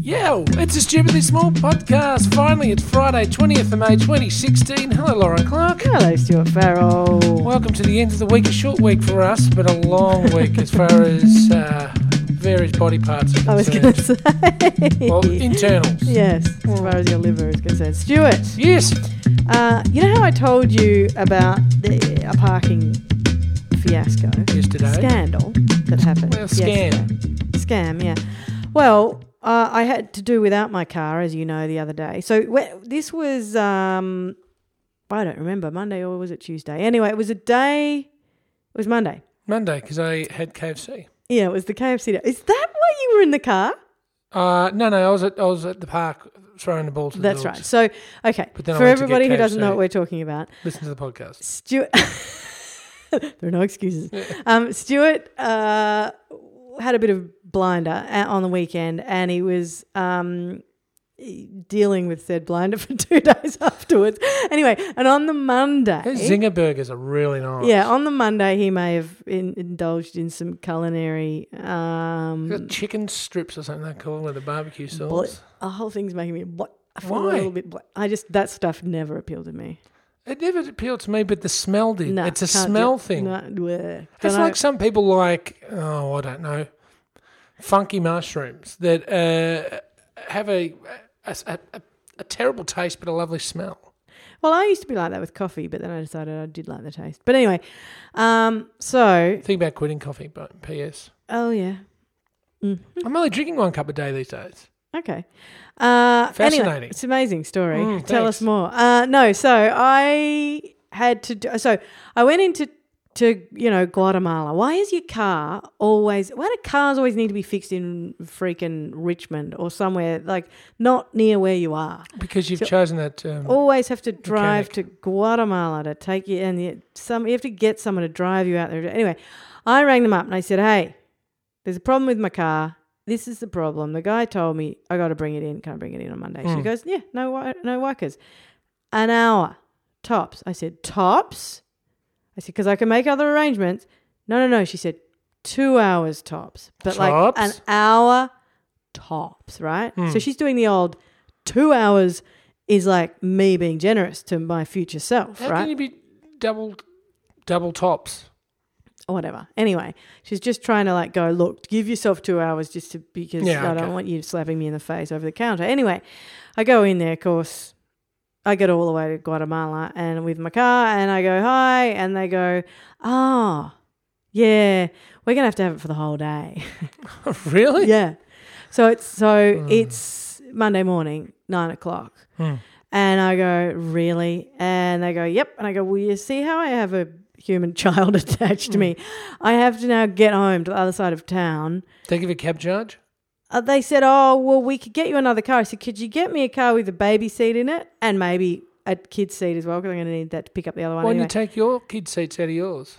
Yo, it's a stupidly small podcast. Finally, it's Friday, 20th of May 2016. Hello, Lauren Clark. Hello, Stuart Farrell. Welcome to the end of the week. A short week for us, but a long week as far as uh, various body parts are I was concerned. going to say. well, internals. yes, as far as your liver is concerned. Stuart, Yes. uh, you know how I told you about the, a parking fiasco? Yesterday. Scandal that happened. Well, scam. yesterday. Scam, yeah. Well, uh, I had to do without my car, as you know, the other day. So wh- this was, um, I don't remember, Monday or was it Tuesday? Anyway, it was a day, it was Monday. Monday, because I had KFC. Yeah, it was the KFC day. Is that why you were in the car? Uh, no, no, I was at I was at the park throwing the ball to the That's dogs. right. So, okay, But then I for went to get everybody who doesn't know KFC. what we're talking about, Listen to the podcast. Stuart. there are no excuses. Um, Stuart uh, had a bit of blinder a- on the weekend, and he was um, dealing with said blinder for two days afterwards. Anyway, and on the Monday, Those Zinger burgers are really nice. yeah, on the Monday he may have in, indulged in some culinary. Um, Got chicken strips or something they call with a barbecue sauce. bl- the whole thing's making me. Bl- I feel Why? a little bit. Bl- I just that stuff never appealed to me. It never appealed to me, but the smell did. No, it's a can't do smell it. thing. No, bleh. It's Don't know. like some people like, oh, I don't know, funky mushrooms that uh, have a a, a, a a terrible taste but a lovely smell. Well, I used to be like that with coffee, but then I decided I did like the taste. But anyway, um, so Think about quitting coffee, but P.S. oh yeah, Hmm. I'm only drinking one cup a day these days. okay. Uh, Fascinating. Anyway, it's an amazing story. Mm, Tell thanks. us more. Uh, no, so I had to. Do, so I went into to you know Guatemala. Why is your car always? Why do cars always need to be fixed in freaking Richmond or somewhere like not near where you are? Because you've chosen that. Um, always have to drive to Guatemala to take you, and you, some you have to get someone to drive you out there. Anyway, I rang them up and I said, "Hey, there's a problem with my car. This is the problem. The guy told me I got to bring it in. Can I bring it in on Monday?" She goes, "Yeah, no, wo- no workers, an hour tops." I said, "Tops." I said, "Because I can make other arrangements." No, no, no. She said, two hours tops, but like Tops? an hour tops, right? So she's doing the old two hours is like me being generous to my future self, how right? can you be double double tops? or whatever. Anyway, she's just trying to like go, look, give yourself two hours just to because Yeah, I okay. don't want you slapping me in the face over the counter. Anyway, I go in there, of course. I get all the way to Guatemala and with my car and I go, hi. And they go, oh, yeah, we're going to have to have it for the whole day. really? yeah. So it's so Hmm. it's Monday morning, nine o'clock. And I go, really? And they go, yep. And I go, well, you see how I have a human child attached to me? I have to now get home to the other side of town. They give you a cab charge. Uh, they said, oh, well, we could get you another car. I said, could you get me a car with a baby seat in it and maybe a kid's seat as well? Because I'm going to need that to pick up the other one. Why don't anyway. you take your kids' seats out of yours?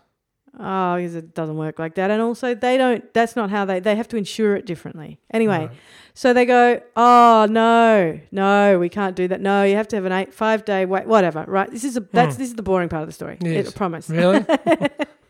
Oh, because it doesn't work like that. And also, they don't, that's not how they, they have to insure it differently. Anyway, so they go, oh, no, no, we can't do that. No, you have to have an eight, five day wait, whatever, right? This is a, that's, this is the boring part of the story. Hmm. Yes. I promise. Really?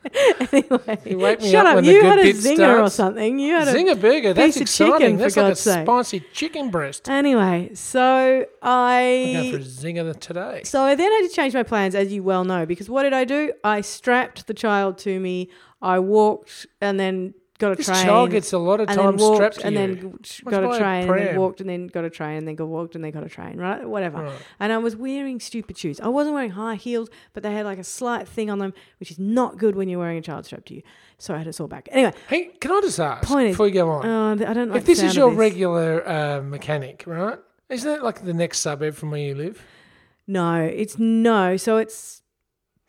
anyway, You wake me shut up up. when the you good had a bit zinger or starts. something. You had a Zinger burger. That's piece of exciting. chicken, for That's like God's a sake. spicy chicken breast. Anyway, so We're going for a I. zinger today. So I then had to change my plans, as you well know, because what did I do? I strapped the child to me. I walked and then got a This train. child gets a lot of and then time walked, strapped to and you. then What's got my a train, and pram? then walked, and then got a train, and then got walked, and then got a train, right? Whatever. Right. And I was wearing stupid shoes. I wasn't wearing high heels, but they had like a slight thing on them, which is not good when you're wearing a child strapped to you. So I had a sore back. Anyway, Hey, can I just ask Point is- before you go on? uh, I don't like if this the is sound your of this. regular uh, mechanic, right? Isn't that like the next suburb from where you live? No, it's no. So it's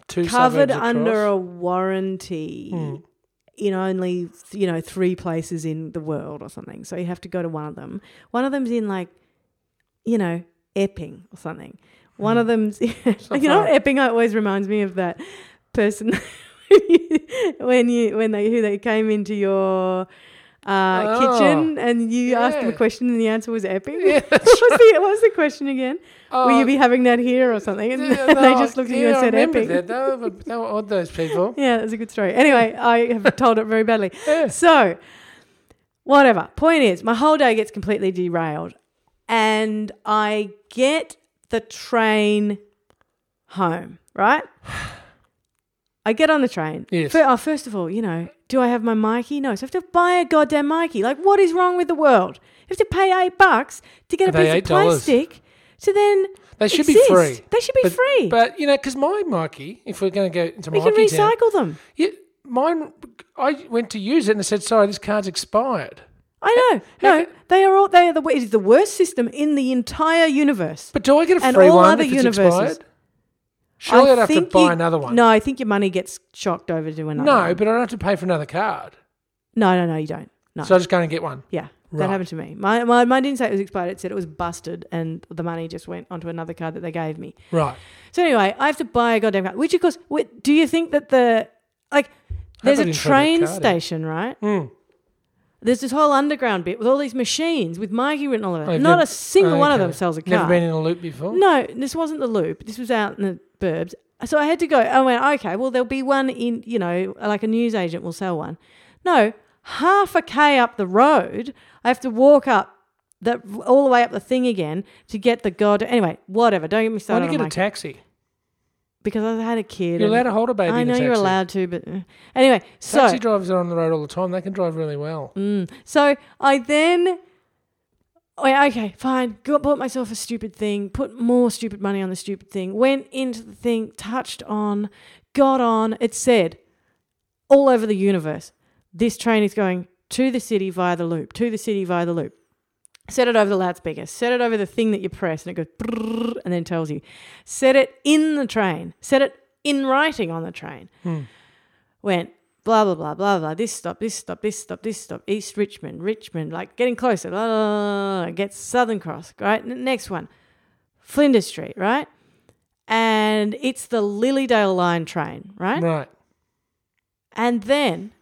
Two covered suburbs under across? Hmm. a warranty in only you know three places in the world or something. So you have to go to one of them. One of them's in like you know Epping or something. One of them's you know Hmm. far. Epping always reminds me of that person when you when they who they came into your. Uh, Oh. kitchen, and you asked them a Yeah. question, and the answer was epping. what, was the, what was the question again? Will you Oh, be having that here or something? And yeah, they no, just looked at you yeah, and said I remember epping. that. They were, they were odd, those people. Yeah, that's a good story. Anyway, I have told it very badly. Yeah. So Whatever. Point is, my whole day gets completely derailed. And I get the train home, right? I get on the train. Yes. Fir- oh, first of all, you know, do I have my Mikey? No. So I have to buy a goddamn Mikey. Like, what is wrong with the world? You have to pay eight bucks to get a Are they piece of $8? plastic to then. They should exist. be free. They should be but, free. But you know, because my Mikey, if we're going to go into we Mikey can town, recycle them. yeah, mine. I went to use it and it said, "Sorry, this card's expired." I know. No, they are all. They are the. It is the worst system in the entire universe. But do I get a And free all one other if it's universes. expired? Surely I would have to think buy you- another one. No, I think your money gets shocked over to another. No, one. but I don't have to pay for another card. no, no, no, you don't. No, So I just go and get one. yeah, Right. that happened to me. My, my mine didn't say it was expired. It said it was busted, and the money just went onto another card that they gave me. Right. So anyway, I have to buy a goddamn card. Which of course, wait, do you think that the like there's I a didn't throw that train card in. station, right? Mm. There's this whole underground bit with all these machines with Mikey written all over it. I've Not nev- a single one of okay. them sells a card. Never been in a loop before. No, this wasn't the loop. This was out in the burbs. So I had to go. I went, okay, well, there'll be one in, you know, like a newsagent will sell one. No, half a K up the road, I have to walk up the, all the way up the thing again to get the god. Anyway, whatever. Don't get me Why do started. you on get a my- taxi? because I had a kid. You're and- allowed to hold a baby. I in a know you're taxi. allowed to, but uh, anyway, so. Taxi drivers are on the road all the time. They can drive really well. Mm. So I then, oh, yeah, okay, fine, got, bought myself a stupid thing, put more stupid money on the stupid thing, went into the thing, touched on, got on. It said all over the universe, this train is going to the city via the loop, to the city via the loop. Set it over the loudspeaker, set it over the thing that you press, and it goes brrrr, and then tells you. Set it in the train, set it in writing on the train went blah blah blah blah blah. This stop, this stop, this stop, this stop. East Richmond, Richmond, like getting closer. La la la, la, la. Gets Southern Cross. Right, N- next one, Flinders Street. Right, and it's the Lilydale Line train. Right, Right. and then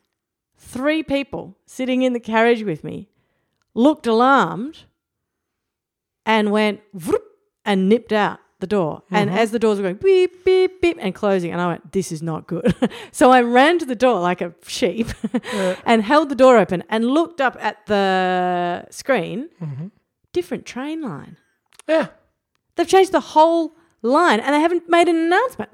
three people sitting in the carriage with me looked alarmed and went vroom, and nipped out the door. And as the doors were going beep, beep, beep, and closing, and I went, this is not good. so I ran to the door like a sheep and held the door open and looked up at the screen. Different train line. Yeah. They've changed the whole line and they haven't made an announcement.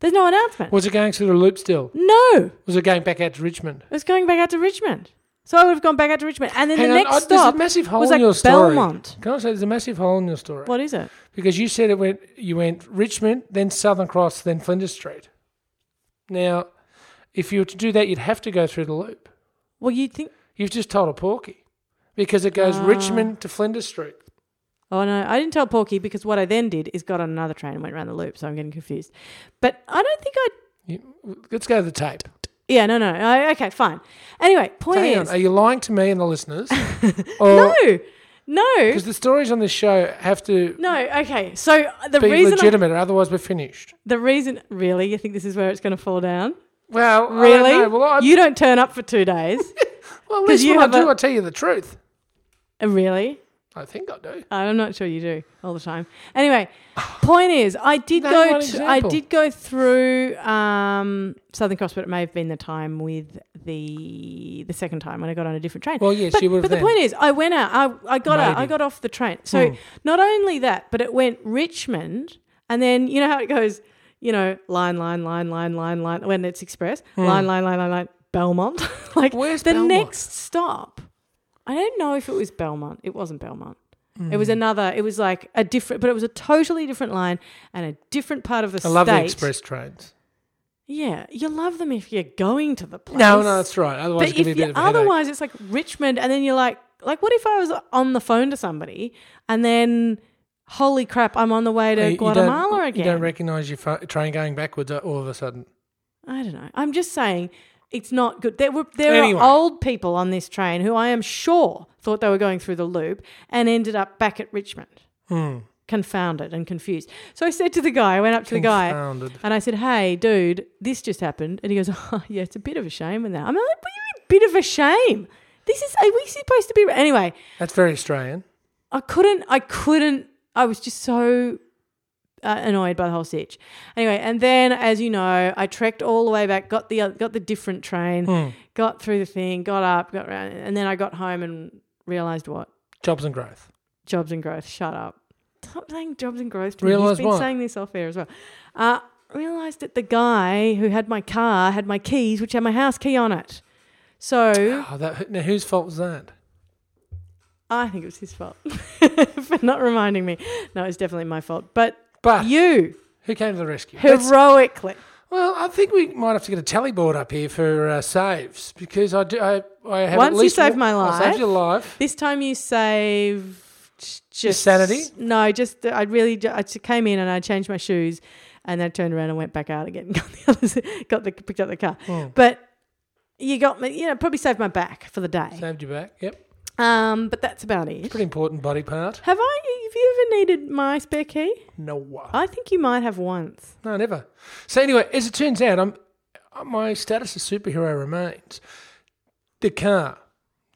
There's no announcement. Was it going through the loop still? No. Was it going back out to Richmond? It was going back out to Richmond. So I would have gone back out to Richmond. And then Hang the on, next I- stop there's a massive hole was in like your story. Belmont. Can I say there's a massive hole in your story? What is it? Because you said it went you went Richmond, then Southern Cross, then Flinders Street. Now, if you were to do that, you'd have to go through the loop. Well, you'd think. You've just told a porky. Because it goes Ah. Richmond to Flinders Street. Oh, no. I didn't tell Porky because what I then did is got on another train and went round the loop. So I'm getting confused. But I don't think I. You, let's go to the tape. Yeah, no, no. I, okay, fine. Anyway, point Hang on. is. Are you lying to me and the listeners? no. Or No. because the stories on this show have to No. Okay. So the be reason. I, legitimate, or otherwise we're finished. the reason. Really? You think this is where it's going to fall down? Well, I don't Really? know. Well, I, you don't turn up for two days. well, at 'cause least you when I have do, a- I tell you the truth. Uh, really? I think I do. I'm not sure you do all the time. Anyway, point is, I did Name go. one To, I example. did go through um, Southern Cross, but it may have been the time with the the second time when I got on a different train. Well, yes, but, you would have But the then. point is, I went out. I, I got out. I Maybe. Hmm. got off the train. So not only that, but it went Richmond, and then you know how it goes. You know, line, line, line, line, line, line. When it's express, line, line, line, line, line. Belmont. like Hmm. Where's the Belmont? next stop. I don't know if it was Belmont. It wasn't Belmont. It Hmm. was another. It was like a different, but it was a totally different line and a different part of the I state. love the express trains. Yeah, you love them if you're going to the place. No, no, that's right. Otherwise, But it could be a if bit you, of a headache. otherwise, it's like Richmond, and then you're like, like, what if I was on the phone to somebody, and then, holy crap, I'm on the way to You- you don't- Guatemala again. You don't recognise your fu- train going backwards uh, all of a sudden. I don't know. I'm just saying it's not good. There were there Anyway. are old people on this train who I am sure thought they were going through the loop and ended up back at Richmond. Hmm. Confounded and confused. So I said to the guy, I went up to the guy Confounded. and I said, Hey, dude, this just happened. And he goes, Oh, yeah, it's a bit of a shame. And that I'm like, What do you mean, bit of a shame? This is, are we supposed to be. Anyway, That's very Australian. I couldn't, I couldn't, I was just so uh, annoyed by the whole sitch. Anyway, and then as you know, I trekked all the way back, got the oth- got the different train, Hmm. got through the thing, got up, got around, and then I got home and realized what Jobs and growth. jobs and growth. Shut up! Stop saying jobs and growth. To me. He's Realised been what? saying this off air as well. Uh, realized that the guy who had my car had my keys, which had my house key on it. So Oh, that, now, whose fault was that? I think it was his fault for not reminding me. No, it's definitely my fault. But But you who came to the rescue? Let's- heroically. Well, I think we might have to get a tally board up here for uh, saves because I do. I, I have at Once you least saved one- my I life. saved your life. This time you saved just sanity? No, just uh, I really ju- I just came in and I changed my shoes, and then I turned around and went back out again. Got the others, got the picked up the car, Hmm. but you got me. You know, probably saved my back for the day. Saved you back. Yep. Um, but that's about it. Pretty important body part. Have I? Have you ever needed my spare key? No. I think you might have once. No, never. So anyway, as it turns out, I'm my status as superhero remains. The car.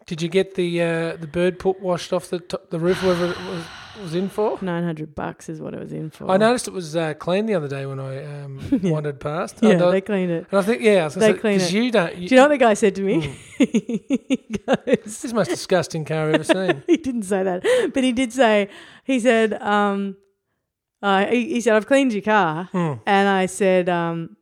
Did you get the uh, the bird put washed off the top, the roof wherever it was, was in for? Nine hundred bucks is what it was in for. I noticed it was uh, clean the other day when I um, wandered past. I Yeah, don't- they cleaned it. and I think yeah, I was gonna they say, clean 'cause it. You don't. You, Do you know what the guy said to me? Hmm. he goes, this is the most disgusting car I've ever seen. he didn't say that, but he did say he said um, uh, he, he said I've cleaned your car, Hmm. and I said um,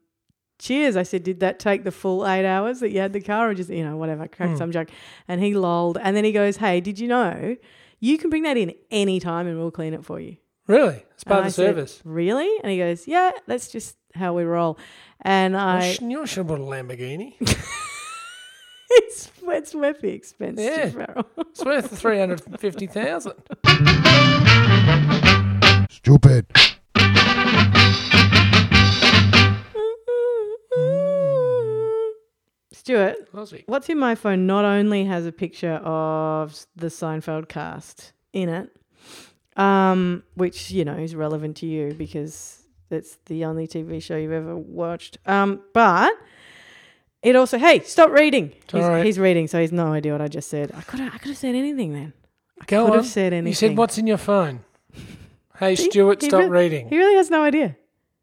cheers. I said did that take the full eight hours that you had the car, or just you know whatever, Hmm. cracked some joke, and he lolled, and then he goes, hey, did you know you can bring that in any time and we'll clean it for you. Really, it's part And I of the said, service. really? And he goes, yeah, that's just how we roll. And I I, Oh, sh- knew I should have bought a Lamborghini. it's, it's worth the expense. Yeah. Yeah. It's worth the three hundred and fifty thousand. Stupid. Stuart, Aussie. What's in my phone not only has a picture of the Seinfeld cast in it, um, which you know is relevant to you because it's the only TV show you've ever watched, um, but it also hey stop reading. He's, all right. he's reading, so he's no idea what I just said. I could I could have said anything then. Go could on. have said anything. Oh, You said what's in your phone? Hey He- Stuart, he stop re- reading. He really has no idea.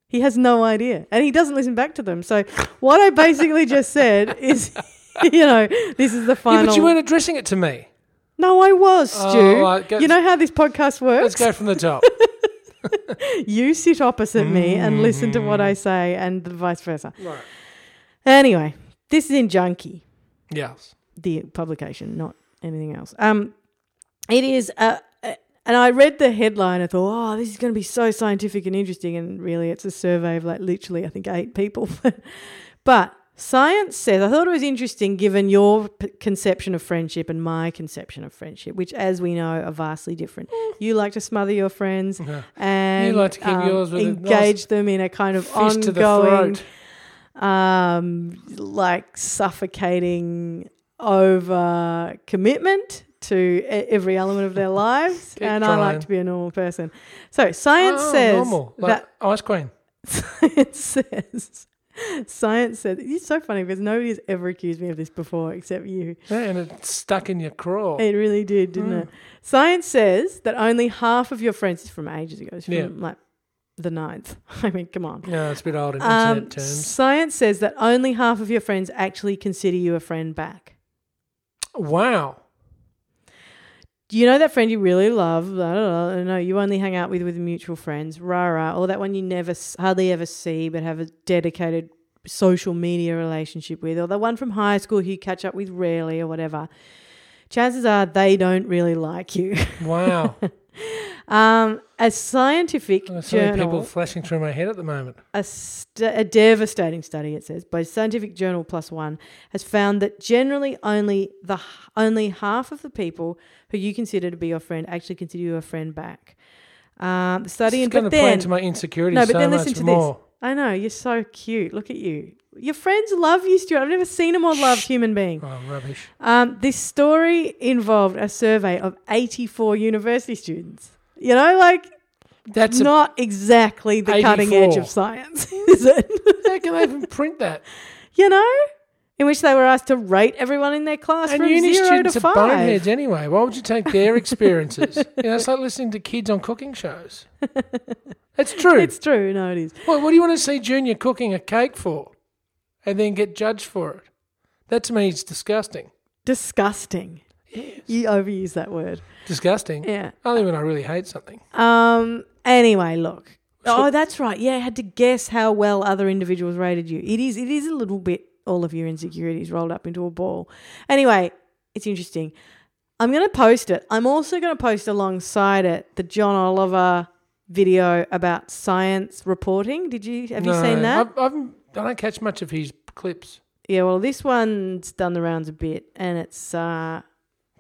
He has no idea, and he doesn't listen back to them. So what I basically just said is, you know, this is the Yeah, final. but you weren't addressing it to me. No, I was, Oh, Stu. right, go- you know how this Let's podcast works? go from the top. You sit opposite me and listen to what I say, and vice versa. right. Anyway, this is in Junkie, Yes. the publication, not anything else. Um, it is, uh, uh, and I read the headline. I thought, oh, this is going to be so scientific and interesting. And really, it's a survey of like literally, I think, eight people. but science says, I thought it was interesting given your p- conception of friendship and my conception of friendship, which, as we know, are vastly different. Mm. You like to smother your friends, and um, You like to keep yours with a engage nice them in a kind of Fist to the ongoing, throat. um, like suffocating over commitment to e- every element of their lives. Keep and I trying. like to be a normal person. So science Oh, says normal. Like that ice cream. science says. Science says it's so funny because nobody's ever accused me of this before except you. Yeah, and it's stuck in your craw. It really did, Hmm. didn't it? Science says that only half of your friends this is from ages ago, it's from Yeah. like the ninth. I mean, come on. No, it's a bit old in Um, internet terms. Science says that only half of your friends actually consider you a friend back. Wow. Do you know that friend you really love? Blah, blah, blah. No, you only hang out with with mutual friends. Rah rah. Or that one you never s- hardly ever see, but have a dedicated social media relationship with, or the one from high school who you catch up with rarely, or whatever. Chances are they don't really like you. Wow. Um, a scientific There's so many journal. people flashing through my head at the moment. A, st- a devastating study, it says, by Scientific Journal Plus One, has found that generally only the h- only half of the people who you consider to be your friend actually consider you a friend back. Um, the study, It's and going to but play then into my insecurities no, but so then much listen to more. this. I know you're so cute. Look at you. Your friends love you, Stuart. I've never seen a more loved human being. Oh, rubbish. Um, this story involved a survey of 84 university students. You know, like That's a, not exactly the cutting edge 84. of science, is it? how can they even print that? you know, in which they were asked to rate everyone in their class And from uni zero to students are boneheads five. anyway. Why would you take their experiences? you know, it's like listening to kids on cooking shows. That's true. It's true, no, it is. What, what do you want to see Junior cooking a cake for and then get judged for it? That to me is disgusting. Disgusting. Yes. You overuse that word. Disgusting. Yeah. Only when I really hate something. Um. Anyway, look. So- oh, that's right. Yeah, I had to guess how well other individuals rated you. It is. It is a little bit all of your insecurities rolled up into a ball. Anyway, it's interesting. I'm going to post it. I'm also going to post alongside it the John Oliver video about science reporting. Did you have you seen that? I've, I've, I don't catch much of his clips. Yeah. Well, this one's done the rounds a bit, and it's. Uh,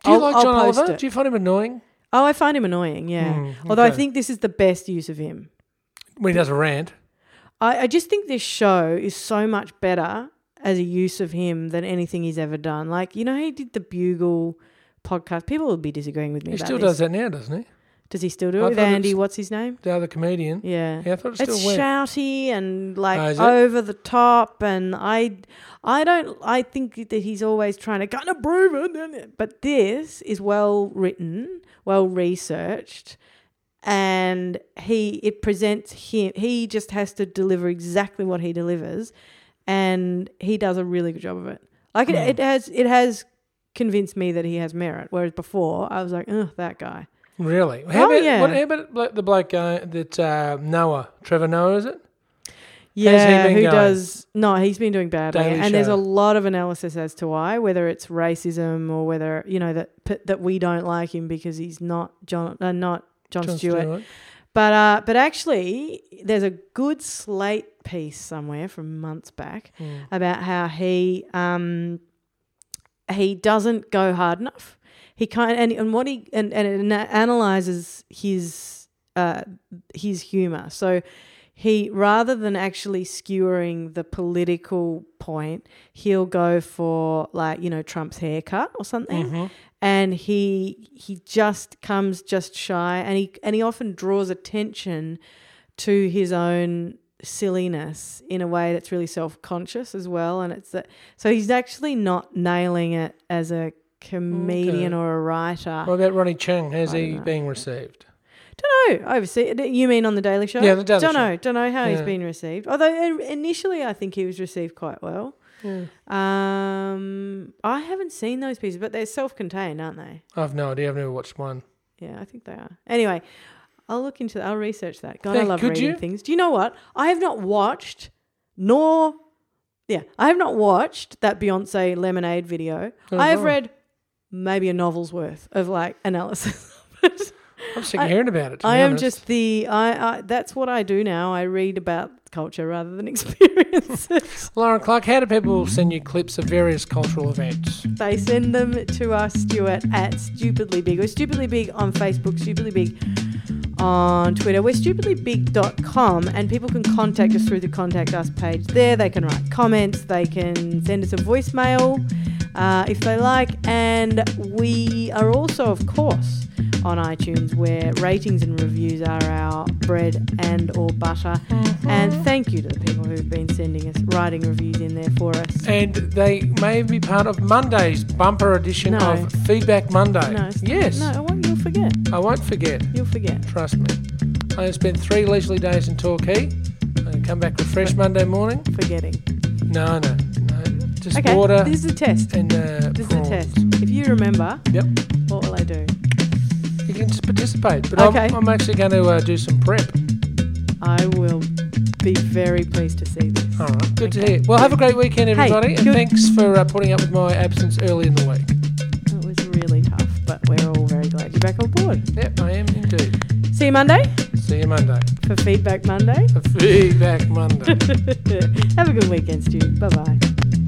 Do you I'll- like I'll John post Oliver? it. Do you find him annoying Oh, I find him annoying. Yeah. Mm, Although I okay. think this is the best use of him. when he does a rant? I, I just think this show is so much better as a use of him than anything he's ever done. Like, you know, he did the Bugle podcast. People will be disagreeing with me He about still this. does that now, doesn't he? Does he still do I it with thought Andy? it's- What's his name? The other comedian. Yeah. Yeah, I thought it still It's went. shouty and Oh, like is it? over the top, and I, I don't, I think that he's always trying to kind of prove it. and it- But this is well written, well researched, and he it presents him. He just has to deliver exactly what he delivers, and he does a really good job of it. Like it, Hmm. it has, it has convinced me that he has merit. Whereas before, I was like, ugh, that guy. Really? How Oh, about, yeah. what, how about blo- the bloke uh, that uh, Noah, Trevor Noah, is it? Yeah, been who going? does no? He's been doing badly, Daily and there's Show. a lot of analysis as to why, whether it's racism or whether you know that p- that we don't like him because he's not John, uh, not John, Stewart. But uh, but actually, there's a good slate piece somewhere from months back Mm. about how he um, he doesn't go hard enough. He kind and, and what he and, and it ana- analyzes his uh, his humor. So he rather than actually skewering the political point, he'll go for like you know Trump's haircut or something, and he he just comes just shy, and he and he often draws attention to his own silliness in a way that's really self-conscious as well and it's that so he's actually not nailing it as a comedian Okay. or a writer What about Ronnie Chung? How's I he don't know. being received? don't know oversee you mean on the daily show Yeah, The Daily don't Show. know don't know how he's Yeah. been received although i- initially i think he was received quite well um i haven't seen those pieces but they're self-contained aren't they I've no idea. I've never watched one. Yeah, I think they are. Anyway, I'll look into that. I'll research that. God, I Thank- love could reading you? things. Do you know what? I have not watched nor yeah, I have not watched that Beyonce lemonade video. Oh, I have wow. read maybe a novel's worth of like analysis. of it. I'm sick of I- hearing about it. to I be am honest. just the I, I that's what I do now. I read about culture rather than experiences. Lauren Clark, how do people send you clips of various cultural events? they send them to us, Stuart, at Stupidly Big. We're Stupidly Big on Facebook, Stupidly Big on Twitter. We're stupidlybig.com and people can contact us through the contact us page there. They can write comments, they can send us a voicemail uh, if they like. And we are also, of course, on iTunes where ratings and reviews are our bread and or butter. And thank you to the people who've been sending us writing reviews in there for us. And they may be part of Monday's bumper edition No. of Feedback Monday. No, it's- yes, No, I won't, you'll forget. I won't forget. You'll forget. Trust me. I spent three leisurely days in Torquay. I come back refreshed Monday morning. Forgetting. No, no, no. Just Okay, water this is a test. and uh, This is prawns. a test. If you remember, Yep. what will I do? You can just participate. But Okay. I'm, I'm actually going to uh, do some prep. I will be very pleased to see this. All right. Good to hear. Well, have a great weekend, everybody. and good- thanks for uh, putting up with my absence early in the week. It was really tough, but we're all very glad you're back on board. Yep, I am indeed. See you Monday See you Monday. for Feedback Monday. For Feedback Monday. Have a good weekend, Stu. Bye bye.